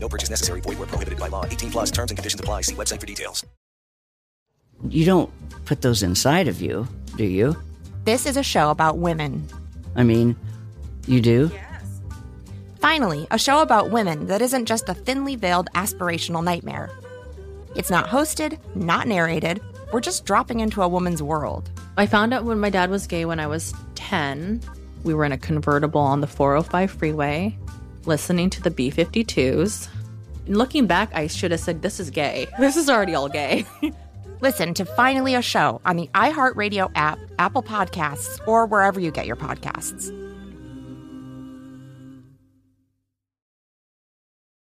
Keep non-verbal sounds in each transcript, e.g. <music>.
No purchase necessary. Void where prohibited by law. 18 plus terms and conditions apply. See website for details. You don't put those inside of you, do you? This is a show about women. I mean, you do? Finally, a show about women that isn't just a thinly veiled aspirational nightmare. It's not hosted, not narrated, we're just dropping into a woman's world. I found out when my dad was gay when I was 10. We were in a convertible on the 405 freeway, listening to the B 52s. Looking back, I should have said, This is gay. <laughs> This is already all gay. <laughs> Listen to Finally a Show on the iHeartRadio app, Apple Podcasts, or wherever you get your podcasts.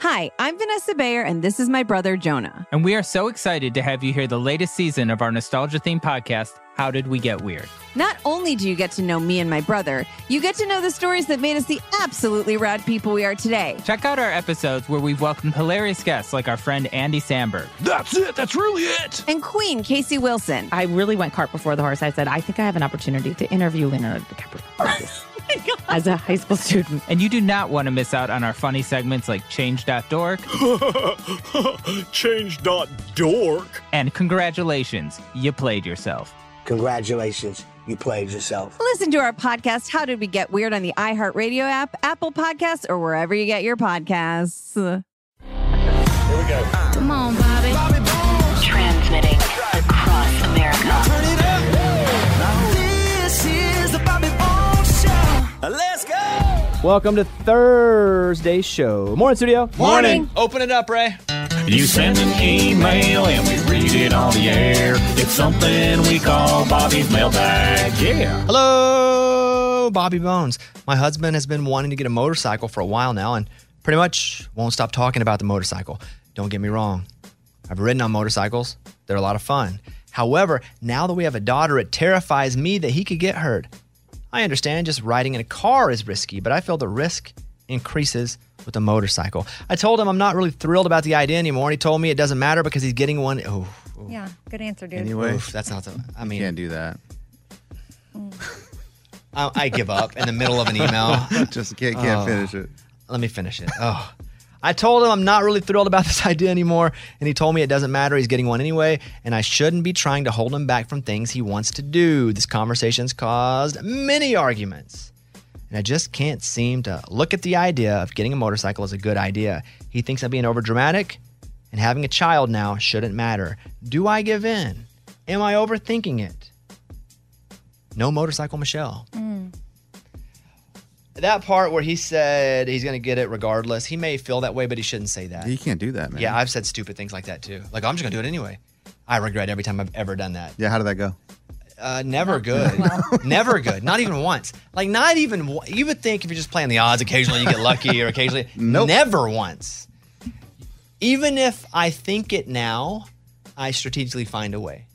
Hi, I'm Vanessa Bayer, and this is my brother Jonah. And we are so excited to have you hear the latest season of our nostalgia themed podcast, How Did We Get Weird? Not only do you get to know me and my brother, you get to know the stories that made us the absolutely rad people we are today. Check out our episodes where we've welcomed hilarious guests like our friend Andy Samberg. That's it. That's really it. And Queen Casey Wilson. I really went cart before the horse. I said, I think I have an opportunity to interview <laughs> Leonardo DiCaprio Oh as a high school student. And you do not want to miss out on our funny segments like Change.dork <laughs> Change dot dork. and Congratulations, You Played Yourself. Congratulations, you played yourself. Listen to our podcast, How Did We Get Weird, on the iHeartRadio app, Apple Podcasts, or wherever you get your podcasts. Here we go. Come on, Bobby. Transmitting across America. Turn it up. This is the Bobby Bones Show. Let's go. Welcome to Thursday's show. Morning, studio. Morning. Open it up, Ray. You send an email and we read it on the air. It's something we call Bobby's mailbag. Yeah. Hello, Bobby Bones. My husband has been wanting to get a motorcycle for a while now and pretty much won't stop talking about the motorcycle. Don't get me wrong. I've ridden on motorcycles, they're a lot of fun. However, now that we have a daughter, it terrifies me that he could get hurt. I understand just riding in a car is risky, but I feel the risk increases with a motorcycle. I told him I'm not really thrilled about the idea anymore, and he told me it doesn't matter because he's getting one. Oh, Yeah, good answer, dude. anyway, that's not the. I mean, Can't do that. <laughs> I, I give up in the middle of an email. <laughs> Just can't, can't Oh. finish it. Let me finish it. Oh. I told him I'm not really thrilled about this <laughs> idea anymore, and he told me it doesn't matter. He's getting one anyway, and I shouldn't be trying to hold him back from things he wants to do. This conversation's caused many arguments, and I just can't seem to look at the idea of getting a motorcycle as a good idea. He thinks I'm being overdramatic, and having a child now shouldn't matter. Do I give in? Am I overthinking it? No motorcycle, Michelle. Mm. That part where he said he's going to get it regardless, he may feel that way, but he shouldn't say that. You can't do that, man. Yeah, I've said stupid things like that too. Like, I'm just going to do it anyway. I regret every time I've ever done that. Yeah, how did that go? Uh, never good. <laughs> never good. Not even once. Like, not even one- You would think if you're just playing the odds, occasionally you get lucky or occasionally. <laughs> Nope. Never once. Even if I think it now, I strategically find a way.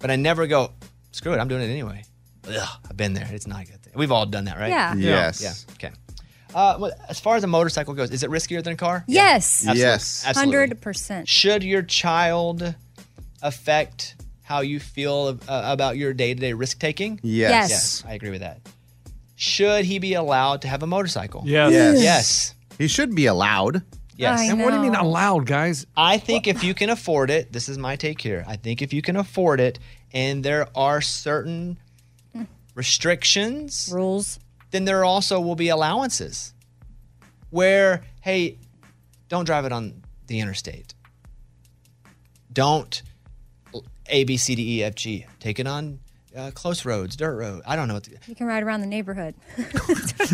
But I never go, screw it, I'm doing it anyway. Ugh, I've been there. It's not a good thing. We've all done that, right? Yeah. Yes. Yeah. Okay. Uh, well, as far as a motorcycle goes, is it riskier than a car? Yes, Absolutely. Yes. Absolutely. hundred percent. Should your child affect how you feel ab- uh, about your day to day risk taking? Yes. Yes, I agree with that. Should he be allowed to have a motorcycle? Yes. Yes. Yes. He should be allowed. Yes. I, I know. And what do you mean allowed, guys? think if you can afford it, this is my take here. I think if you can afford it and there are certain restrictions, Rules. then there also will be allowances where, hey, don't drive it on the interstate. Don't A B C D E F G. Take it on uh, close roads, dirt road. I don't know what. The, You can ride around the neighborhood.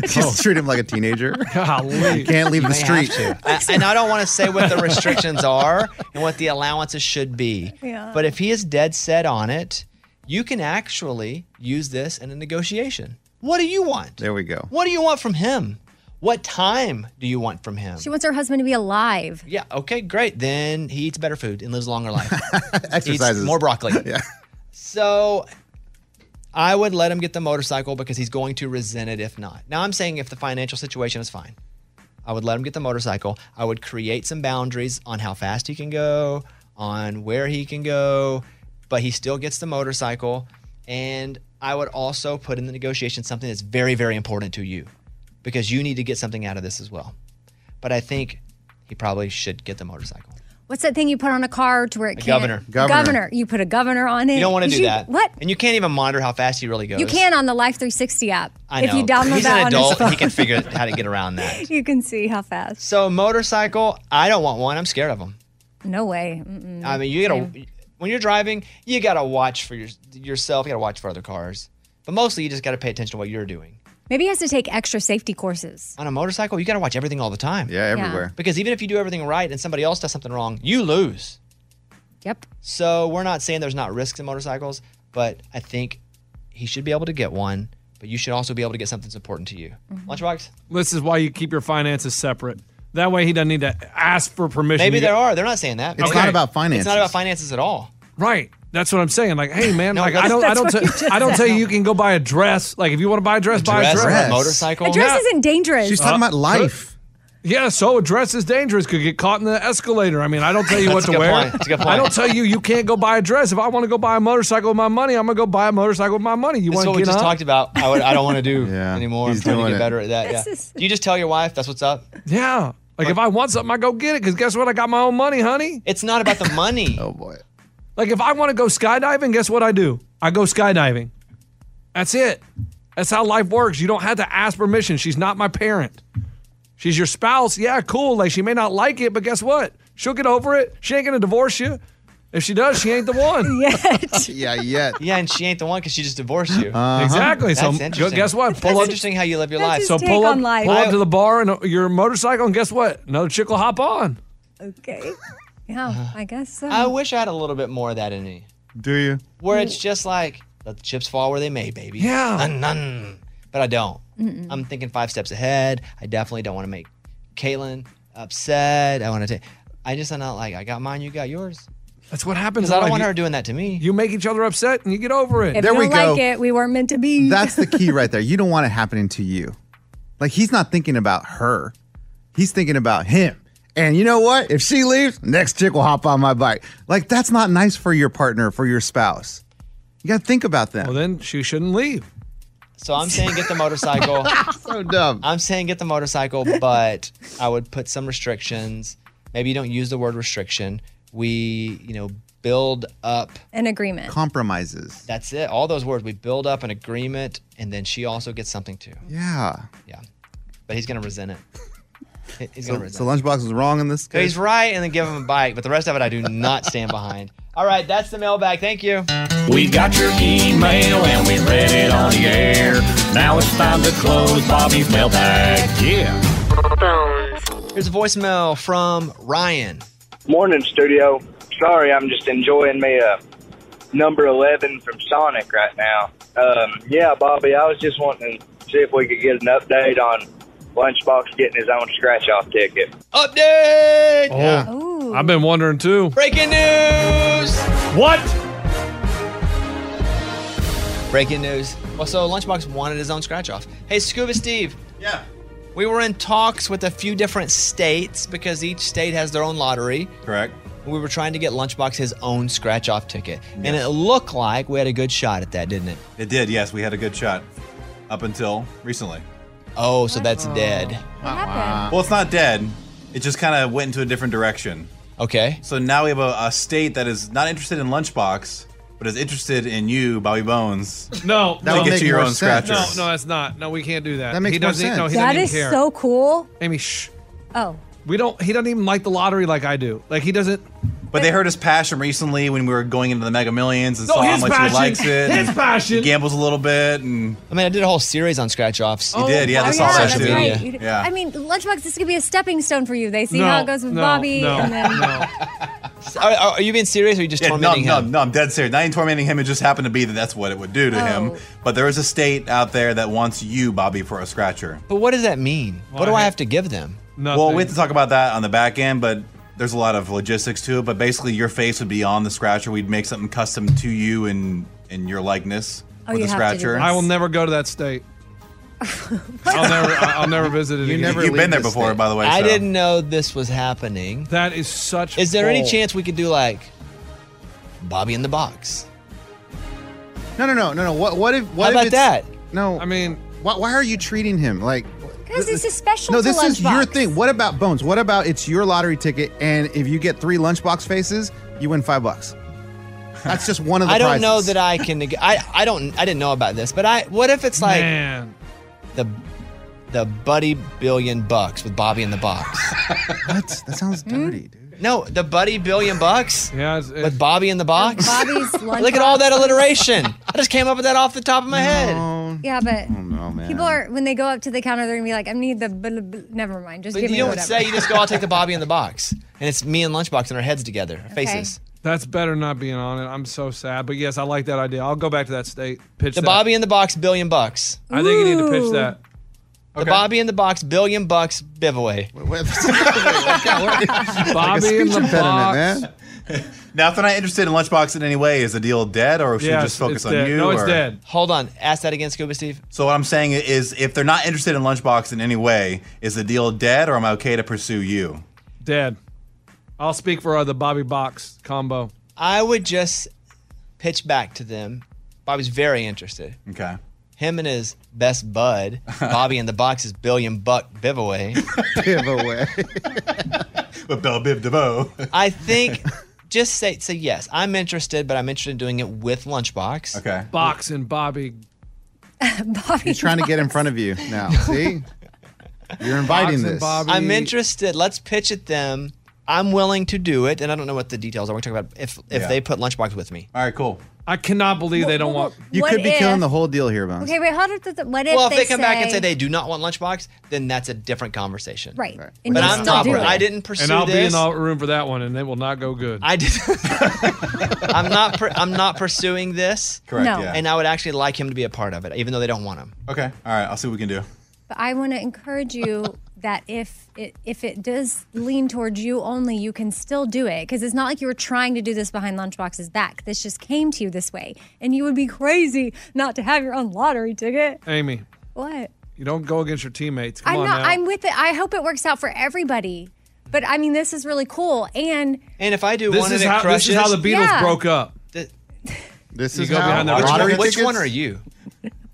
Just treat him like a teenager. Golly. You can't leave You the may have street. <laughs> I- and I don't want to say what the restrictions are and what the allowances should be. Yeah. But if he is dead set on it, you can actually use this in a negotiation. What do you want? There we go. What do you want from him? What time do you want from him? She wants her husband to be alive. Yeah, okay, great. Then he eats better food and lives a longer <laughs> life. Exercises. Eats more broccoli. <laughs> yeah. So I would let him get the motorcycle because he's going to resent it if not. Now I'm saying if the financial situation is fine, I would let him get the motorcycle. I would create some boundaries on how fast he can go, on where he can go, but he still gets the motorcycle. And I would also put in the negotiation something that's very, very important to you because you need to get something out of this as well. But I think he probably should get the motorcycle. What's that thing you put on a car to where it A can't? governor. Governor. You put a governor on it. You don't want to You do should- that. What? And you can't even monitor how fast he really goes. You can on the Life 360 app. I know. If you download He's that an on adult. his phone, He can figure out how to get around that. <laughs> you can see how fast. So motorcycle, I don't want one. I'm scared of them. No way. Mm-mm. I mean, you gotta when you're driving, you gotta watch for your, yourself. You gotta watch for other cars, but mostly you just gotta pay attention to what you're doing. Maybe he has to take extra safety courses. On a motorcycle, you gotta watch everything all the time. Yeah, everywhere. Because even if you do everything right and somebody else does something wrong, you lose. Yep. So we're not saying there's not risks in motorcycles, but I think he should be able to get one. But you should also be able to get something that's important to you. Mm-hmm. Lunchbox. This is why you keep your finances separate. That way, he doesn't need to ask for permission. Maybe You there get- are. They're not saying that. It's Okay. not about It's not about finances. finances at all. Right. That's what I'm saying. Like, hey man, No, like I don't, I that's don't, what tell- you just I don't tell said. you you can go buy a dress. Like, if you want to buy a dress, buy a dress or a dress. motorcycle? A dress isn't dangerous. Yeah, so a dress is dangerous. Could get caught in the escalator. I mean, I don't <laughs> tell you what That's to a good wear. point. That's a good I don't point. tell you you can't go buy a dress. If I want to go buy a motorcycle with my money, I'm gonna go buy a motorcycle with my money. You want This is to what get we just up? talked about. I, would, I don't want to do <laughs> Yeah, anymore. he's I'm trying to doing get it. better at that. Yeah. Do you just tell your wife that's what's up? Yeah. Like if I want something, I go get it. Because guess what? I got my own money, honey. It's not about the money. <laughs> oh boy. Like if I want to go skydiving, guess what I do? I go skydiving. That's it. That's how life works. You don't have to ask permission. She's not my parent. She's your spouse. Yeah, cool. Like she may not like it, but guess what? She'll get over it. She ain't gonna divorce you. If she does, she ain't the one. <laughs> yet. yeah, yet. Yeah, and she ain't the one because she just divorced <gasps> you. Uh-huh. Exactly. So, That's gu- interesting. guess what? That's Pull up- interesting how you live your life. so pull up, pull up to the bar and uh, your motorcycle, and guess what? Another chick will hop on. Okay. Yeah, I guess so. I wish I had a little bit more of that in me. Do you? Where it's just like, let the chips fall where they may, baby. Yeah. Nun, nun. But I don't. Mm-mm. I'm thinking five steps ahead. I definitely don't want to make Caitlin upset. I want to take. I just am not like I got mine, you got yours. That's what happens. 'Cause I in don't life. want You- her doing that to me. You make each other upset, and you get over it. If you don't like it, we weren't meant to be. That's the key right there. You don't want it happening to you. Like he's not thinking about her. He's thinking about him. And you know what? If she leaves, next chick will hop on my bike. Like that's not nice for your partner, for your spouse. You gotta think about them. Well then she shouldn't leave. So I'm saying get <laughs> the motorcycle. so dumb. I'm saying get the motorcycle, but I would put some restrictions. Maybe you don't use the word restriction. We, you know, build up An agreement. compromises. That's it. All those words. We build up an agreement, and then she also gets something too. Yeah. Yeah. But he's gonna resent it. He- He's So, gonna resent. so lunchbox is wrong in this it. So case. he's right, and then give him a bike. But the rest of it, I do not stand behind. All right, that's the mailbag. Thank you. We got your email and we read it on the air. Now it's time to close Bobby's mailbag. Yeah. Here's a voicemail from Um, Ryan. Morning, studio. Sorry, I'm just enjoying me a number 11 from Sonic right now. Um, yeah, Bobby, I was just wanting to see if we could get an update on Lunchbox getting his own scratch off ticket. Update. Oh, I've been wondering too. Breaking news. What? Breaking news. Well, so Lunchbox wanted his own scratch off. Hey, Scuba Steve. Yeah. We were in talks with a few different states because each state has their own lottery. Correct. We were trying to get Lunchbox his own scratch off ticket. And it looked like we had a good shot at that, didn't it? It did, yes. We had a good shot up until recently. Oh, so that's dead. Well, it's not dead. It just kind of went into a different direction. Okay. So now we have a, a state that is not interested in Lunchbox, but is interested in you, Bobby Bones. No, That no. would get you your own scratcher. No, no, that's not. No, we can't do that. That makes he more doesn't, No, sense. he That doesn't is even care. so cool. Amy, shh. Oh, We don't. He doesn't even like the lottery like I do. Like he doesn't. But they heard his passion recently when we were going into the Mega Millions and No, saw how his much passion. he likes it. His and passion. Gambles a little bit, and I mean, I did a whole series on scratch offs. You did, yeah. Oh, That's all yeah, I that's did. right. You- I mean, Lunchbox, this could be a stepping stone for you. They see No, how it goes with no, Bobby, no, and then Are, are- are you being serious or are you just Yeah, no, tormenting no, him? no, I'm dead serious. Not even tormenting him. It just happened to be that that's what it would do to him. But there is a state out there that wants you, Bobby, for a scratcher. But what does that mean? what do I have to give them? Well, we have to talk about that on the back end, but there's a lot of logistics to it. But basically, your face would be on the scratcher. We'd make something custom to you and in your likeness Oh, with the scratcher. I will never go to that state. I'll never. I- I'll never visit it. You again. never You've been leave there this before, state. by the way, I so- didn't know this was happening. That is such. Is there any bull. chance we could do like Bobby in the box? No, no, no, no, no. What, what if? What How if about it's- No, I mean, why, why are you treating him like? because it's a special. No, to this is Lunchbox. your thing. What about Bones? What about it's your lottery ticket, and if you get three lunchbox faces, you win five bucks. That's just one of the. I don't prizes. know that I can. neg- I I don't. I didn't know about this, but I. What if it's like Man. the the Buddy Billion Bucks with Bobby in the box? <laughs> what? That sounds dirty, dude. No, the Buddy Billion Bucks. Hmm? Yeah, with Bobby in the box. Bobby's <laughs> Look at all that alliteration. I just came up with that off the top of my head. Yeah, but Oh man. people are when they go up to the counter, they're gonna be like, "I need the." Bl- bl- never mind, just But you give me don't whatever. say. You just go. I'll take the Bobby in <laughs> the box, and it's me and Lunchbox and our heads together, our Okay. faces. That's better not being on it. I'm so sad, but yes, I like that idea. I'll go back to that state. Pitch The that. Bobby in the box billion bucks. I think you need to pitch that. The Bobby in the box billion bucks giveaway. Bobby in the box. now, if they're not interested in Lunchbox in any way, is the deal dead, or should we just focus on you? or- Hold on. Ask that again, Scuba Steve. So what I'm saying is, if they're not interested in Lunchbox in any way, is the deal dead, or am I okay to pursue you? Dead. I'll speak for uh, the Bobby box combo. I would just pitch back to them. Bobby's very interested. Okay. Him and his best bud, Bobby in the box's billion buck giveaway. giveaway. With Bell Bib DeVoe. I think just say say yes. I'm interested, but I'm interested in doing it with Lunchbox. Okay. Box and Bobby. Bobby. He's trying to get in front of you now. See, you're inviting this. I'm interested. Let's pitch at them. I'm willing to do it, and I don't know what the details are. We're talking about if if Yeah. they put lunchbox with me. All right, cool. I cannot believe they don't want. You What could be if- killing the whole deal here, Bones. Okay, wait. Hold up. th- th- What if Well, if they, they, come back and say they do not want lunchbox, then that's a different conversation. right? And But you I'm still not. do it. I didn't pursue And I'll this. be in the room for that one, and it will not go good. I did. <laughs> I'm not. Per, I'm not pursuing this. Correct, No. yeah. And I would actually like him to be a part of it, even though they don't want him. Okay. All right. I'll see what we can do. But I want to encourage you that if it if it does lean towards you only, you can still do it because it's not like you were trying to do this behind Lunchbox's back. This just came to you this way, and you would be crazy not to have your own lottery ticket. Amy, What? you don't go against your teammates. Come I'm on not. now. I'm with it. I hope it works out for everybody. But I mean, this is really cool, and And if I do this one is and it how crushes, this is how the Beatles Yeah. broke up. This You is go how behind the Which lottery one, which tickets? one are you?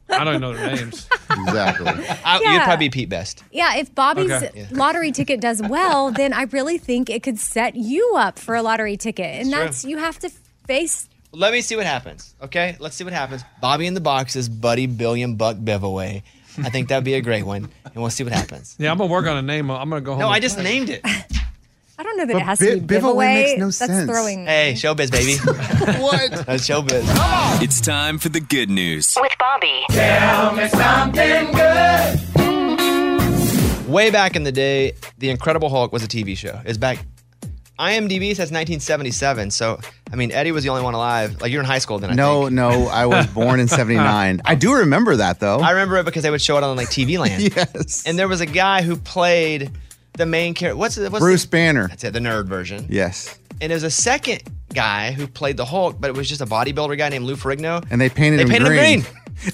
I don't know their names. Exactly. I, You'd Yeah. Oh, probably be Pete Best. yeah, if Bobby's Okay. Yeah. lottery ticket does well, then I really think it could set you up for a lottery ticket, and Sure. that's you have to face Let me see what happens. Okay, let's see what happens. Bobby in the box is Buddy Billion Buck Bivaway. I think that'd be a great one, and we'll see what happens. Yeah, I'm gonna work on a name. I'm gonna go home. No, and I just play. named it. I don't know that But it has bi- to be giveaway. bivouac makes no That's sense. throwing. Hey, <laughs> showbiz, baby. What? That's showbiz. It's time for the good news. With Bobby. Tell me something good. Way back in the day, The Incredible Hulk was a TV show. It's back. IMDb says 1977. So, I mean, Eddie was the only one alive. Like, you're in high school then, I no, no, I was born <laughs> in '79. I do remember that though. I remember it because they would show it on like TV Land. <laughs> yes. And there was a guy who played the main character. What's the what's <laughs> Bruce The, Banner. that's it, the nerd version. Yes. And there was a second guy who played the Hulk, but it was just a bodybuilder guy named Lou Ferrigno. And they painted, They him, painted him green.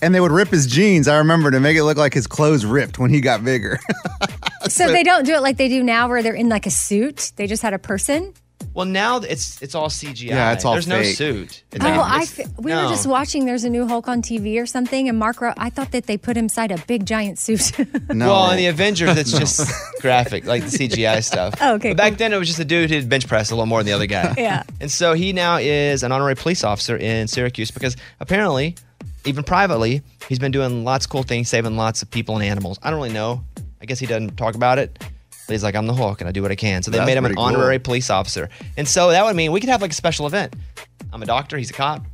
And they would rip his jeans. I remember to make it look like his clothes ripped when he got bigger. <laughs> So they don't do it like they do now, where they're in like a suit. They just had a person. Well, now it's it's all CGI. Yeah, it's all There's fake. no suit. It's oh, like- I it's- f- we no. were just watching. There's a new Hulk on TV or something, and Mark. Ro- I thought that they put him inside a big giant suit. <laughs> Well, in the Avengers, it's <laughs> just graphic, like the CGI stuff. Oh, okay, But back then, it was just a dude who'd bench press a little more than the other guy. <laughs> Yeah. And so he now is an honorary police officer in Syracuse because apparently, even privately, he's been doing lots of cool things, saving lots of people and animals. I don't really know. I guess he doesn't talk about it. And he's like, I'm the Hulk and I do what I can. So they That's made him an pretty cool. honorary police officer. And so that would mean we could have like a special event. I'm a doctor, he's a cop.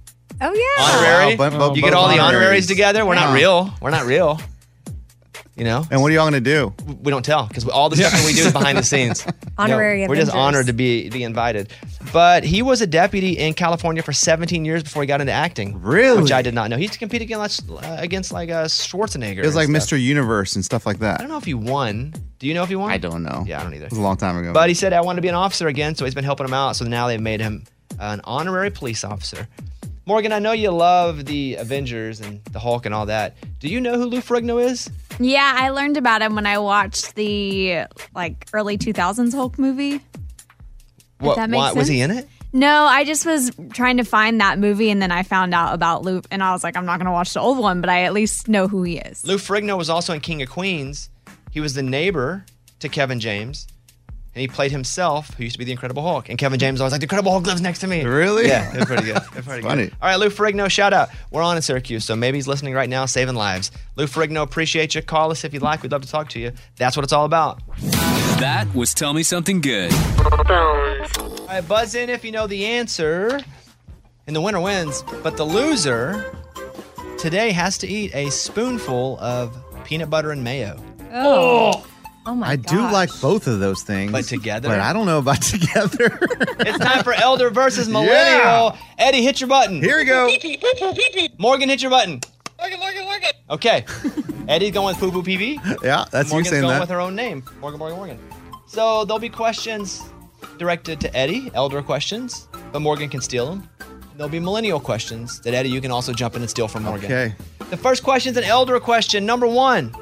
Oh yeah. Honorary. but- you but get all the honoraries. honoraries together. We're not Yeah. real. We're not real. You know? And what are y'all gonna do? We don't tell because all the stuff that we do is behind the scenes. Honorary We're just Avengers. honored to be, be invited. But he was a deputy in California for 17 years before he got into acting. Really? Which I did not know. He used to compete against, uh, against like uh, Schwarzenegger. It was and like stuff. Mr. Universe and stuff like I that. don't know if he won. Do you know if he won? I don't know. Yeah, I don't either. It was a long time ago. But he said, I want to be an officer again, so he's been helping him out. So now they've made him an honorary police officer. Morgan, I know you love the Avengers and the Hulk and all that. Do you know who Lou Ferrigno is? Yeah, I learned about him when I watched the like early 2000s Hulk movie. What, that makes why- Was he in sense. it? No, I just was trying to find that movie and then I found out about Loop and I was like, I'm not going to watch the old one, but I at least know who he is. Lou Ferrigno was also in King of Queens. He was the neighbor to Kevin James, and he played himself, who used to be the Incredible Hulk. And Kevin James was always like, the Incredible Hulk lives next to me. Really? <laughs> Yeah, they're pretty good. They're pretty Funny. good. All right, Lou Ferrigno, shout out. We're on in Syracuse, so maybe he's listening right now, saving lives. Lou Ferrigno, appreciate you. Call us if you'd like. We'd love to talk to you. That's what it's all about. That was Tell Me Something Good. All right, buzz in if you know the answer, and the winner wins. But the loser today has to eat a spoonful of peanut butter and mayo. Oh. Oh my I god. do like both of those things. But together? But I don't know about <laughs> together. It's time <laughs> for Elder versus Yeah. Millennial. Eddie, hit your button. Here we go. <laughs> Morgan, hit your button. Okay. Eddie's going with Poo Poo PV. yeah, that's Morgan's you saying going that. with her own name. Morgan, Morgan, Morgan. So there'll be questions directed to Eddie, Elder questions, but Morgan can steal them. There'll be Millennial questions that Eddie, you can also jump in and steal from Morgan. Okay. The first question's an Elder question. Number one.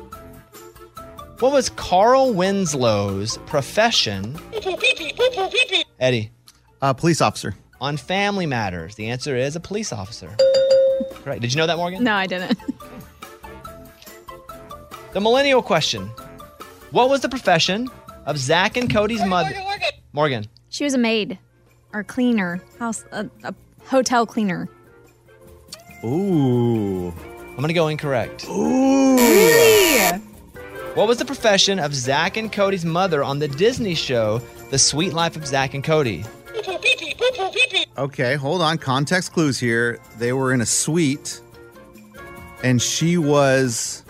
What was Carl Winslow's profession? Eddie. Uh, police officer. on family matters? The answer is a police officer. Correct. Did you know that, Morgan? No, I didn't. <laughs> The millennial question What was the profession of Zach and Cody's mother? Morgan. She was a maid or cleaner, house a, a hotel cleaner. Ooh. I'm going to go incorrect. Ooh. Really? What was the profession of Zach and Cody's mother on the Disney show, The Sweet Life of Zach and Cody? Okay, hold on. Context clues here. They were in a suite, and she was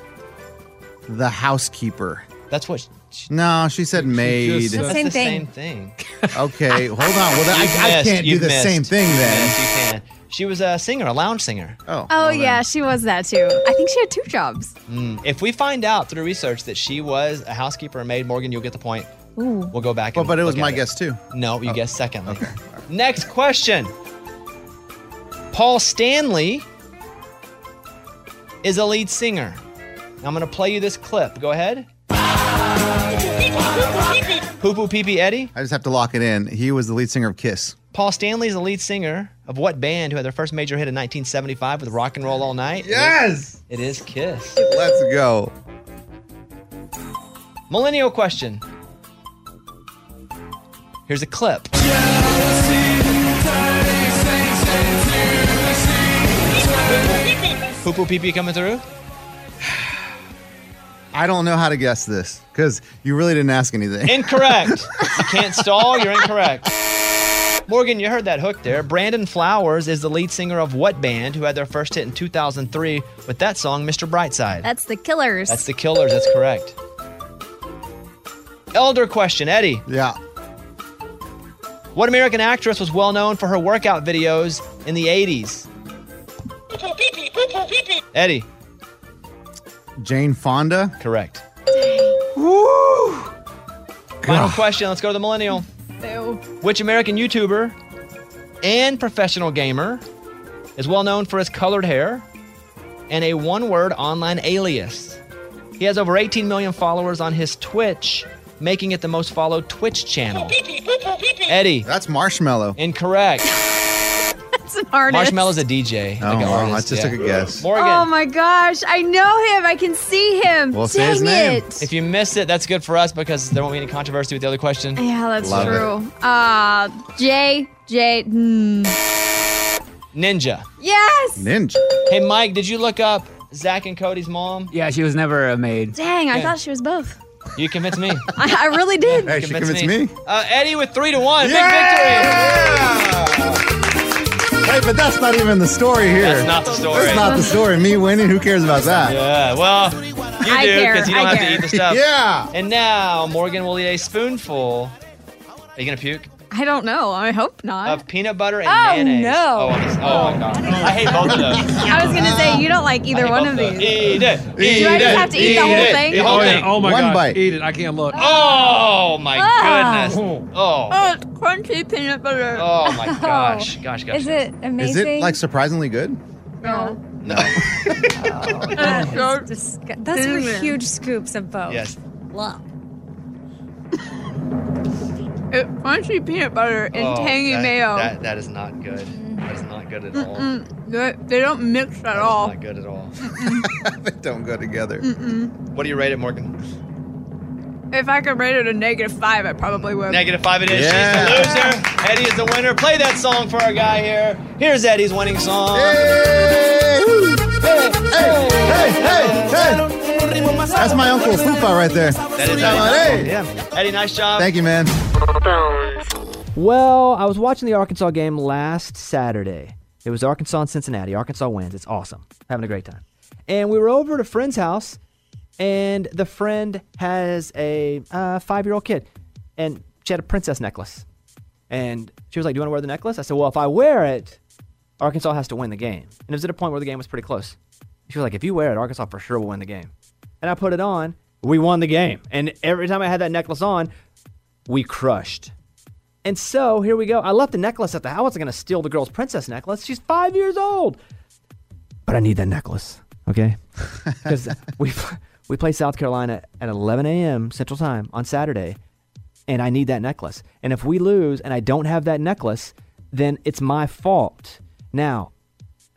the housekeeper. That's what. no, she said maid. Just- that's the same thing. okay, hold on. Well, that, You've I, I missed, can't do you've the missed. same thing then. Yes, you can. She was a uh, singer, a lounge singer. Oh. Oh, yeah, she was that too. I think she had two jobs. Hmm. If we find out through research that she was a housekeeper and maid, Morgan, you'll get the point. Ooh. We'll go back. Well, and but it was look at my guess too. Oh. No, you guessed secondly. Next question. Paul Stanley is a lead singer. I'm going to play you this clip. Go ahead. Poo poo pee pee Eddie. I just have to lock it in. He was the lead singer of Kiss. Paul Stanley is the lead singer of what band who had their first major hit in 1975 with Rock and Roll All Night? Yes! It is Kiss. Let's go. Millennial question. Here's a clip. Poo poo pee pee coming through? I don't know how to guess this because you really didn't ask anything. Incorrect. you can't stall, you're incorrect. Morgan, you heard that hook there. Brandon Flowers is the lead singer of what band who had their first hit in 2003 with that song, Mr. Brightside? That's the killers. That's the killers. That's correct. Elder question, Eddie. <laughs> Yeah. What American actress was well known for her workout videos in the 80s? Eddie. Jane Fonda. Correct. Woo! Final question. Let's go to the millennial. Which American YouTuber and professional gamer is well known for his colored hair and a one word online alias? He has over 18 million followers on his Twitch, making it the most followed Twitch channel. Eddie. That's Marshmallow. Incorrect. That's an <laughs> artist. Marshmallow's a DJ. Oh, like an wow, artist, that's just yeah. a good guess. Morgan. Oh my gosh, I know him. I can see him. Dang it. If you missed it, that's good for us because there won't be any controversy with the other question. Yeah, that's true. Uh, Jay, Jay. hmm. Ninja. Yes. Mm-hmm. Ninja. Hey, Mike, did you look up Zach and Cody's mom? Yeah, she was never a maid. Dang, I Yeah. thought she was both. <laughs> You convinced <laughs> me. I, I really did. Hey, she convinced Uh, Eddie with three to one. Yeah! Hey, but that's not even the story here. That's not the story. That's not the story. Me winning, who cares about that? Yeah, well, you do I care, because you don't I have care. to eat the stuff. Yeah. And now Morgan will eat a spoonful. Are you gonna puke? I don't know. I hope not. Of peanut butter and Oh, mayonnaise. no. Oh, I'm- oh my god! I hate both of those. I was gonna say you don't like either one of these. Eat it. Do I just have to eat the whole thing? The whole oh, yeah. thing. Oh my One god. bite. Eat it. I can't look. Oh my Ah. goodness. Oh. Oh, it's crunchy peanut butter. Oh <laughs> my gosh. Gosh, gosh. Is it amazing? Is it like surprisingly good? No. <laughs> That is disgu- Those were Cinnamon. huge scoops of both. Yes. Wow. It's crunchy peanut butter and Oh, tangy that- mayo. That, that is not good. That is not good at all. Uh, Mm-mm. They- They don't mix at That is all. not good at all. they don't go together. Mm-mm. What do you rate it, Morgan? If I could rate it a negative five, I probably would. Negative five it is. She's the loser. Eddie is the winner. Play that song for our guy here. Here's Eddie's winning song. That's my uncle Fupa right there. That is Eddie. Yeah. Eddie, nice job. Thank you, man. Well, I was watching the Arkansas game last Saturday. It was Arkansas and Cincinnati. Arkansas wins. It's awesome. Having a great time. And we were over at a friend's house, and the friend has a uh, five year old kid, and she had a princess necklace. And she was like, Do you want to wear the necklace? I said, Well, if I wear it, Arkansas has to win the game. And it was at a point where the game was pretty close. She was like, If you wear it, Arkansas for sure will win the game. And I put it on. We won the game. And every time I had that necklace on, we crushed. And so here we go. I left the necklace at the house. I wasn't going to steal the girl's princess necklace. She's five years old. But I need that necklace. Okay. Because we, we play South Carolina at 11 a.m. Central Time on Saturday, and I need that necklace. And if we lose and I don't have that necklace, then it's my fault. Now,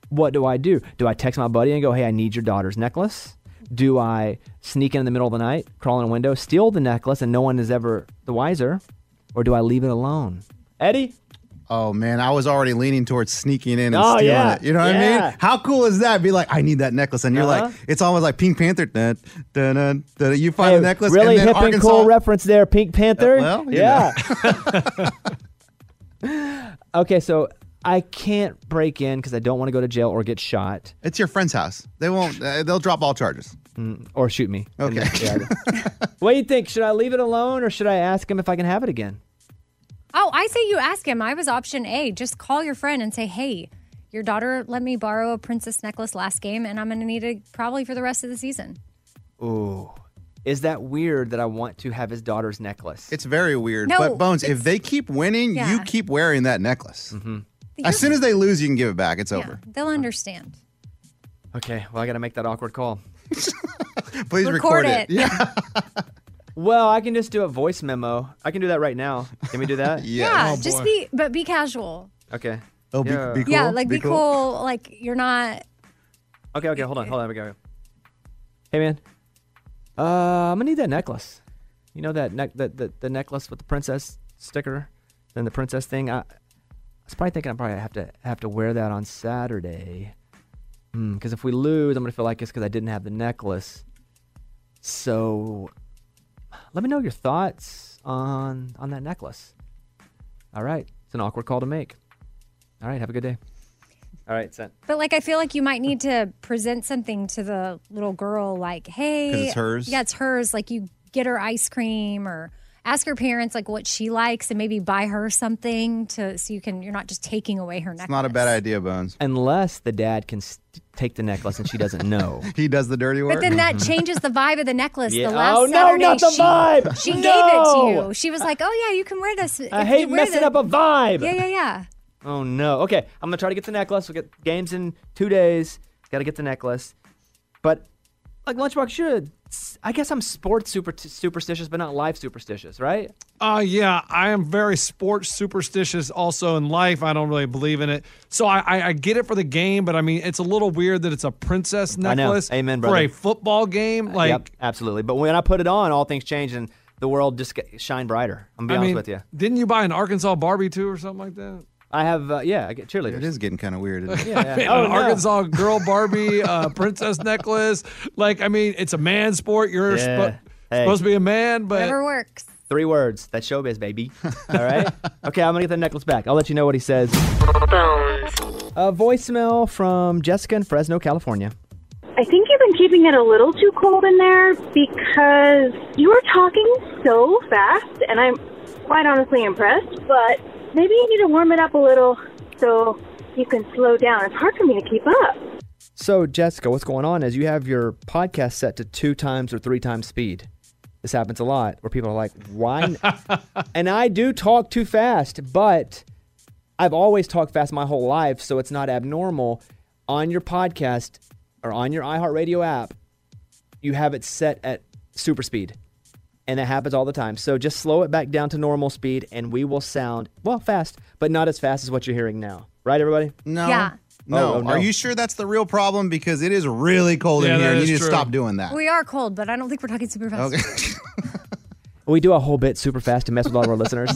what do I do? Do I text my buddy and go, hey, I need your daughter's necklace? Do I sneak in in the middle of the night, crawl in a window, steal the necklace, and no one is ever the wiser? Or do I leave it alone? Eddie? Oh man, I was already leaning towards sneaking in and Oh, stealing yeah. it. You know what I Yeah. mean? How cool is that? Be like, I need that necklace, and you're like, Uh-huh. it's almost like Pink Panther. Dun, dun, dun, dun. You find the necklace, really and then hip and Arkansas. Uh, cool reference there, Pink Panther. well, you yeah. <laughs> okay, so I can't break in because I don't want to go to jail or get shot. It's your friend's house. They won't. Uh, they'll drop all charges Mm, or shoot me. Okay. <laughs> What do you think? Should I leave it alone or should I ask him if I can have it again? Oh, I say you ask him. I was option A. Just call your friend and say, hey, your daughter let me borrow a princess necklace last game, and I'm going to need it probably for the rest of the season. Ooh. Is that weird that I want to have his daughter's necklace? It's very weird. No, but Bones, if it's- they keep winning, you Yeah. keep wearing that necklace. You're- As soon as they lose, you can give it back. It's over. They'll understand. Okay, well, I got to make that awkward call. Please Record record it. it. Yeah. well, I can just do a voice memo. I can do that right now. Can we do <laughs> that? <laughs> Yeah, just be, but be casual. Okay. Oh, be, yeah. Yeah, like be, cool. Like you're not. Okay, okay, hold on, hold on, we go. Hey man, uh, I'm gonna need that necklace. You know that neck, that the, the necklace with the princess sticker, and the princess thing. I, I was probably thinking I probably have to have to wear that on Saturday, because if we lose, I'm gonna feel like it's because I didn't have the necklace. So, let me know your thoughts on on that necklace. All right, it's an awkward call to make. All right, have a good day. All right, sent. But like, I feel like you might need to present something to the little girl, like, hey, 'Cause it's hers? Yeah, it's hers. Like, you get her ice cream or ask her parents like what she likes, and maybe buy her something to so you can. You're not just taking away her necklace. idea, Bones. Unless the <laughs> dad can st- take the necklace and she doesn't know. <laughs> he does the dirty But then that changes the vibe of the necklace. Yeah. The last Oh, no, Saturday, not the she, vibe. She gave it to No. you. She was like, "Oh yeah, you can wear this." I hate <laughs> messing up a vibe. Yeah, yeah, yeah. Oh no. Okay, I'm gonna try to get the necklace. We'll get games in two days. Got to get the necklace. But like Lunchbox, you're. I guess I'm sports super superstitious, but not life superstitious, right? Uh, yeah, I am very sports superstitious also in life. I don't really believe in it. So I, I, I get it for the game, but I mean, it's a little weird that it's a princess I know. necklace Amen, for brother. a football game. Like, yep, absolutely. But when I put it on, all things change and the world just get- shine brighter. I'm gonna be I honest mean, with you. Didn't you buy an Arkansas Barbie too or something like that? I have, uh, yeah, I get cheerleaders. It is getting kind of weird. Isn't it? <laughs> I mean, Oh, an no. Arkansas girl Barbie uh, princess necklace. Like, I mean, it's a man sport. You're sp- Yeah. Supposed to be a man, but Whatever works. Three words. That's showbiz, <laughs> baby. All right. Okay, I'm gonna get the necklace back. I'll let you know what he says. A voicemail from Jessica in Fresno, California. I think you've been keeping it a little too cold in there because you were talking so fast, and I'm quite honestly impressed. But maybe you need to warm it up a little so you can slow down. It's hard for me to keep up. So, Jessica, what's going on is you have your podcast set to two times or three times speed. This happens a lot where people are like, why? n-" and I do talk too fast, but I've always talked fast my whole life, so it's not abnormal. On your podcast or on your iHeartRadio app, you have it set at super speed. And that happens all the time. So just slow it back down to normal speed and we will sound, well, fast, but not as fast as what you're hearing now. Right, everybody? No. Yeah. No. Oh, oh, no. Are you sure that's the real problem? Because it is really cold Yeah, in here. that and You is need to true. stop doing that. We are cold, but I don't think we're talking super fast. We do a whole bit super fast to mess with all of our <laughs> listeners.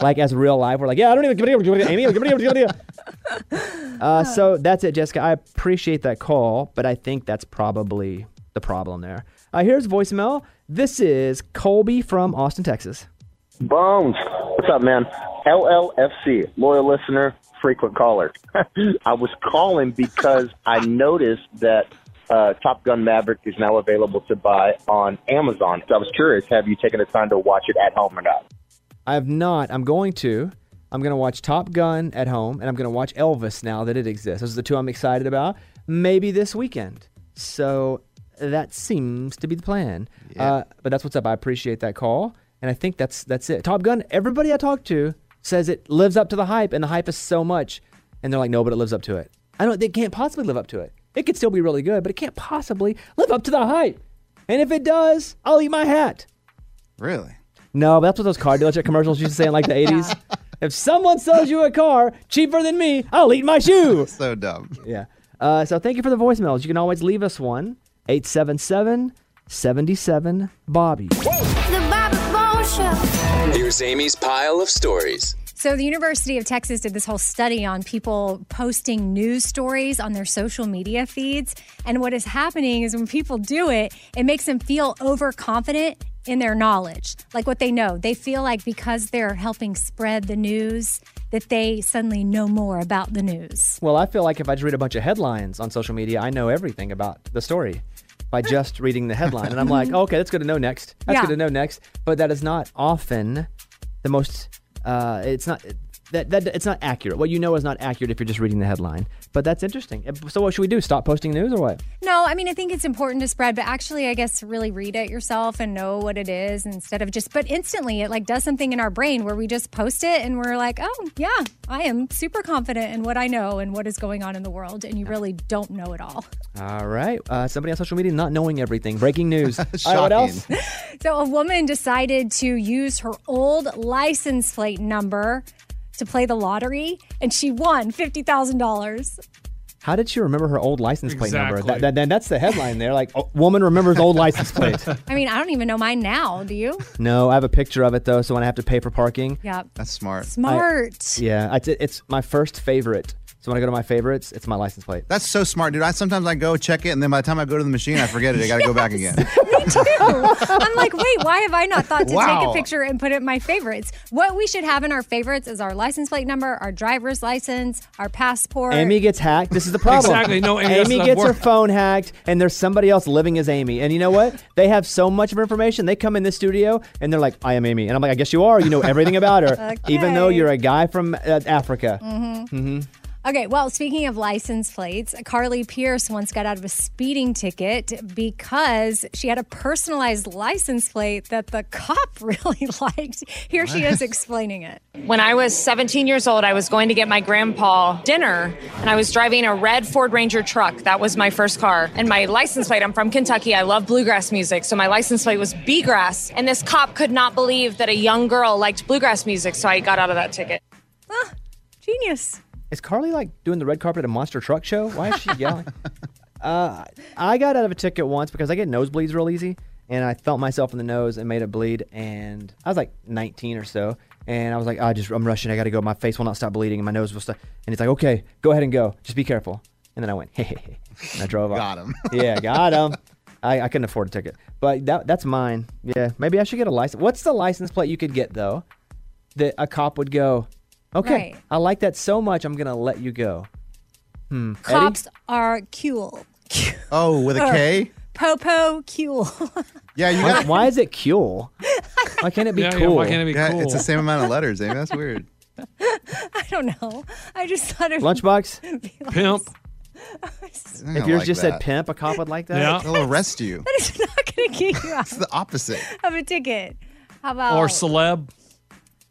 Like as real live, we're like, yeah, I don't even give it to Amy. Give it give it Uh, so that's it, Jessica. I appreciate that call, but I think that's probably the problem there. Uh, here's voicemail. This is Colby from Austin, Texas. Bones. What's up, man? LLFC, loyal listener, frequent caller. I was calling because I noticed that uh, Top Gun Maverick is now available to buy on Amazon. So I was curious, have you taken the time to watch it at home or not? I have not. I'm going to. I'm going to watch Top Gun at home, and I'm going to watch Elvis now that it exists. Those are the two I'm excited about. Maybe this weekend. So that seems to be the plan. Uh, but that's what's up. I appreciate that call, and I think that's that's it. Top Gun. Everybody I talk to says it lives up to the hype, and the hype is so much, and they're like, no, but it lives up to it. I don't. They can't possibly live up to it. It could still be really good, but it can't possibly live up to the hype. And if it does, I'll eat my hat. Really? No, but that's what those car dealership commercials used to say in like the 80s. If someone sells you a car cheaper than me, I'll eat my shoe. <laughs> so dumb. Yeah. Uh, so thank you for the voicemails. You can always leave us one 877 77 Bobby. The Bobby Bones Show. Here's Amy's pile of stories. So, the University of Texas did this whole study on people posting news stories on their social media feeds. And what is happening is when people do it, it makes them feel overconfident in their knowledge, like what they know. They feel like because they're helping spread the news, that they suddenly know more about the news. Well, I feel like if I just read a bunch of headlines on social media, I know everything about the story by just reading the headline. And I'm <laughs> like, okay, that's good to know next. That's Yeah. good to know next. But that is not often the most. Uh, it's not. That, that it's not accurate. What you know is not accurate if you're just reading the headline. But that's interesting. So what should we do? Stop posting news or what? No, I mean, I think it's important to spread, but actually, I guess really read it yourself and know what it is instead of just, but instantly it like does something in our brain where we just post it and we're like, oh, yeah, I am super confident in what I know and what is going on in the world. And you really don't know it all. All right. Uh, somebody on social media not knowing everything. Breaking <laughs> news. All right, what else? So a woman decided to use her old license plate number to play the lottery and she won $50,000. How did she remember her old license plate number? Exactly. That, that, then that's the headline there. Like, oh, woman remembers old <laughs> license plate. I mean, I don't even know mine now. Do you? No, I have a picture of it though, so when I have to pay for parking. Yep. That's smart. Smart. yeah, I, it's my first favorite. So when I go to my favorites, it's my license plate. That's so smart, dude. I sometimes I go check it, and then by the time I go to the machine, I forget it. I got to go back again. Me too. I'm like, wait, why have I not thought to take Wow. a picture and put it in my favorites? What we should have in our favorites is our license plate number, our driver's license, our passport. Amy gets hacked. This <laughs> is the problem. Exactly. No, Amy, that's not gets her work. phone hacked, and there's somebody else living as Amy. And you know what? They have so much of information. They come in this studio and they're like, "I am Amy," and I'm like, "I guess you are. You know everything about her, even though Okay. you're a guy from uh, Africa." Mhm. Mm-hmm. Okay, well, speaking of license plates, Carly Pierce once got out of a speeding ticket because she had a personalized license plate that the cop <laughs> really liked. Here she is explaining it. When I was 17 years old, I was going to get my grandpa dinner, and I was driving a red Ford Ranger truck. That was my first car. And my license plate, I'm from Kentucky. I love bluegrass music. So my license plate was Bluegrass. And this cop could not believe that a young girl liked bluegrass music. So I got out of that ticket. Genius. Is Carly like doing the red carpet at a monster truck show? Why <laughs> is she yelling? uh, I got out of a ticket once because I get nosebleeds real easy, and I felt myself in the nose and made it bleed. And I was like 19 or so, and I was like, I just I'm rushing. I got to go. My face will not stop bleeding, and my nose will stop. And he's like, Okay, <laughs> go ahead and go. Just be careful. And then I went, Hey, hey, hey. And I drove off. Got him. <laughs> yeah, got him. I, I couldn't afford a ticket, but that that's mine. Yeah, maybe I should get a license. What's the license plate you could get though? That a cop would go, okay, Right. I like that so much, I'm gonna let you <laughs> go. Hmm. Eddie? Cops are cool. <laughs> Oh, with a K? Popo cool. Yeah, you why, got- why is it cool? Why can't <laughs> it be cool? Yeah, It's the same amount of letters, Amy. That's weird. <laughs> I don't know. I just thought it Lunchbox? be like- Pimp. <laughs> If yours just said pimp, a cop would like that? Yeah. They'll arrest you. That is <laughs> not going to get <laughs> you out It's the opposite. of a ticket. How about celeb.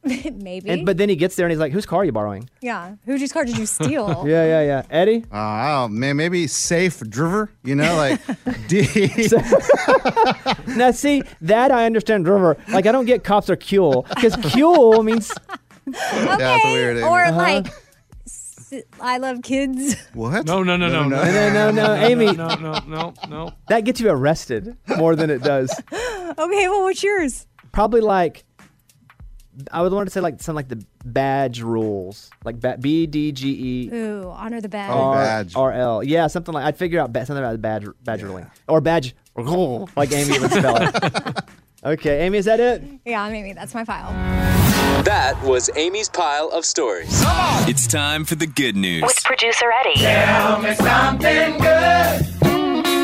maybe? And, but then he gets there and he's like, "Whose car are you borrowing?" yeah, whose car did <laughs> you steal? Yeah, yeah, yeah. <laughs> Eddie? Uh, I don't- man, maybe safe driver, you <laughs> know, like D. <laughs> now see that I understand River. Like I don't get cops are cool because cool means <laughs> Yeah, that's weird. Amy. or like, s- I love kids. What? No, no, no, no, no, no, no, no, Amy. <laughs> No, no, no, no. That gets you arrested more than it does. Okay, well, what's yours? Probably like I would want to say like something like the badge rules, like ba- B D G E Ooh, honor the badge. R R L. Yeah, something like I'd figure out ba- something about the badge badge ruling or <laughs> badge rule, like Amy would spell it. <laughs> Okay, Amy, is that it? Yeah, maybe that's my file. That was Amy's pile of stories. It's time for the good news. With producer Eddie. Tell me something good.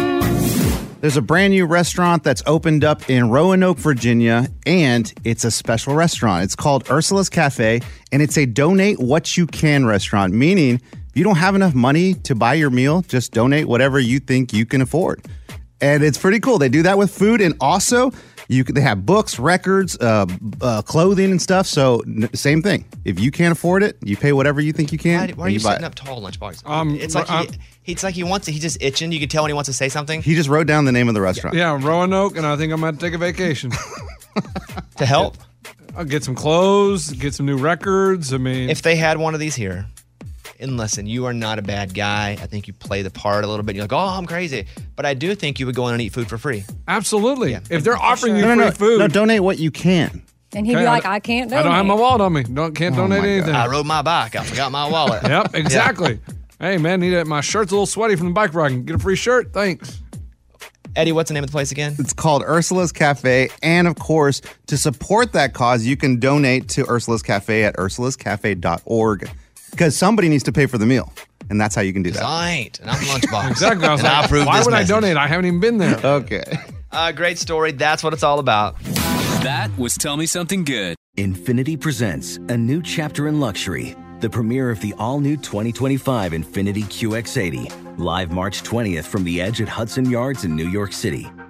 There's a brand new restaurant that's opened up in Roanoke, Virginia, and it's a special restaurant. It's called Ursula's Cafe, and it's a donate what you can restaurant, meaning if you don't have enough money to buy your meal, just donate whatever you think you can afford. And it's pretty cool. They do that with food, and also you can- they have books, records, uh, uh, clothing, and stuff. So n- same thing. If you can't afford it, you pay whatever you think you can. Why, why are and you buy sitting it. up tall, Lunchbox? Um, it's like I'm- he, he- it's like he wants. He's just itching. You can tell when he wants to say something. He just wrote down the name of the restaurant. Yeah, Roanoke, and I think I'm going to take a vacation. to help? I'll Uh, get some clothes, get some new records. I mean, If they had one of these here, and listen, you are not a bad guy. I think you play the part a little bit. You're like, oh, I'm crazy, but I do think you would go in and eat food for free. absolutely. If they're offering you no, no, free no, food, No, donate what you can. And he'd Okay, be I like, don't- I can't I don't have my wallet on me. Don't can't Oh donate my God. anything. I rode my bike. I forgot my <laughs> wallet. yep, Yeah. exactly. Hey man, need a, my shirt's a little sweaty from the bike riding. Get a free shirt, thanks. Eddie, what's the name of the place again? It's called Ursula's Cafe. And of course, to support that cause, you can donate to Ursula's Cafe at ursulascafe.org because somebody needs to pay for the meal. And that's how you can do that. I ain't, and I'm lunchbox. Exactly. I was and I like, approve why this would message. I donate? I haven't even been there. Okay. Uh, great story. That's what it's all about. That was Tell Me Something Good. Infinity presents a new chapter in luxury, the premiere of the all new 2025 Infinity QX80, live March 20th from the edge at Hudson Yards in New York City,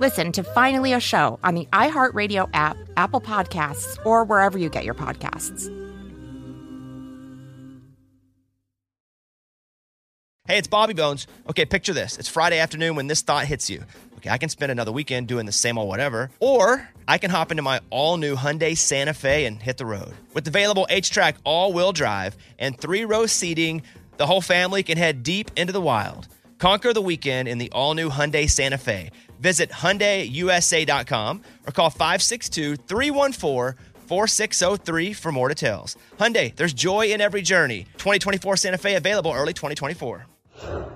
Listen to Finally a Show on the iHeartRadio app, Apple Podcasts, or wherever you get your podcasts. Hey, it's Bobby Bones. Okay, picture this. It's Friday afternoon when this thought hits you. Okay, I can spend another weekend doing the same old whatever, or I can hop into my all new Hyundai Santa Fe and hit the road. With available H track all wheel drive and three row seating, the whole family can head deep into the wild. Conquer the weekend in the all new Hyundai Santa Fe. Visit HyundaiUSA.com or call 562 314 4603 for more details. Hyundai, there's joy in every journey. 2024 Santa Fe available early 2024.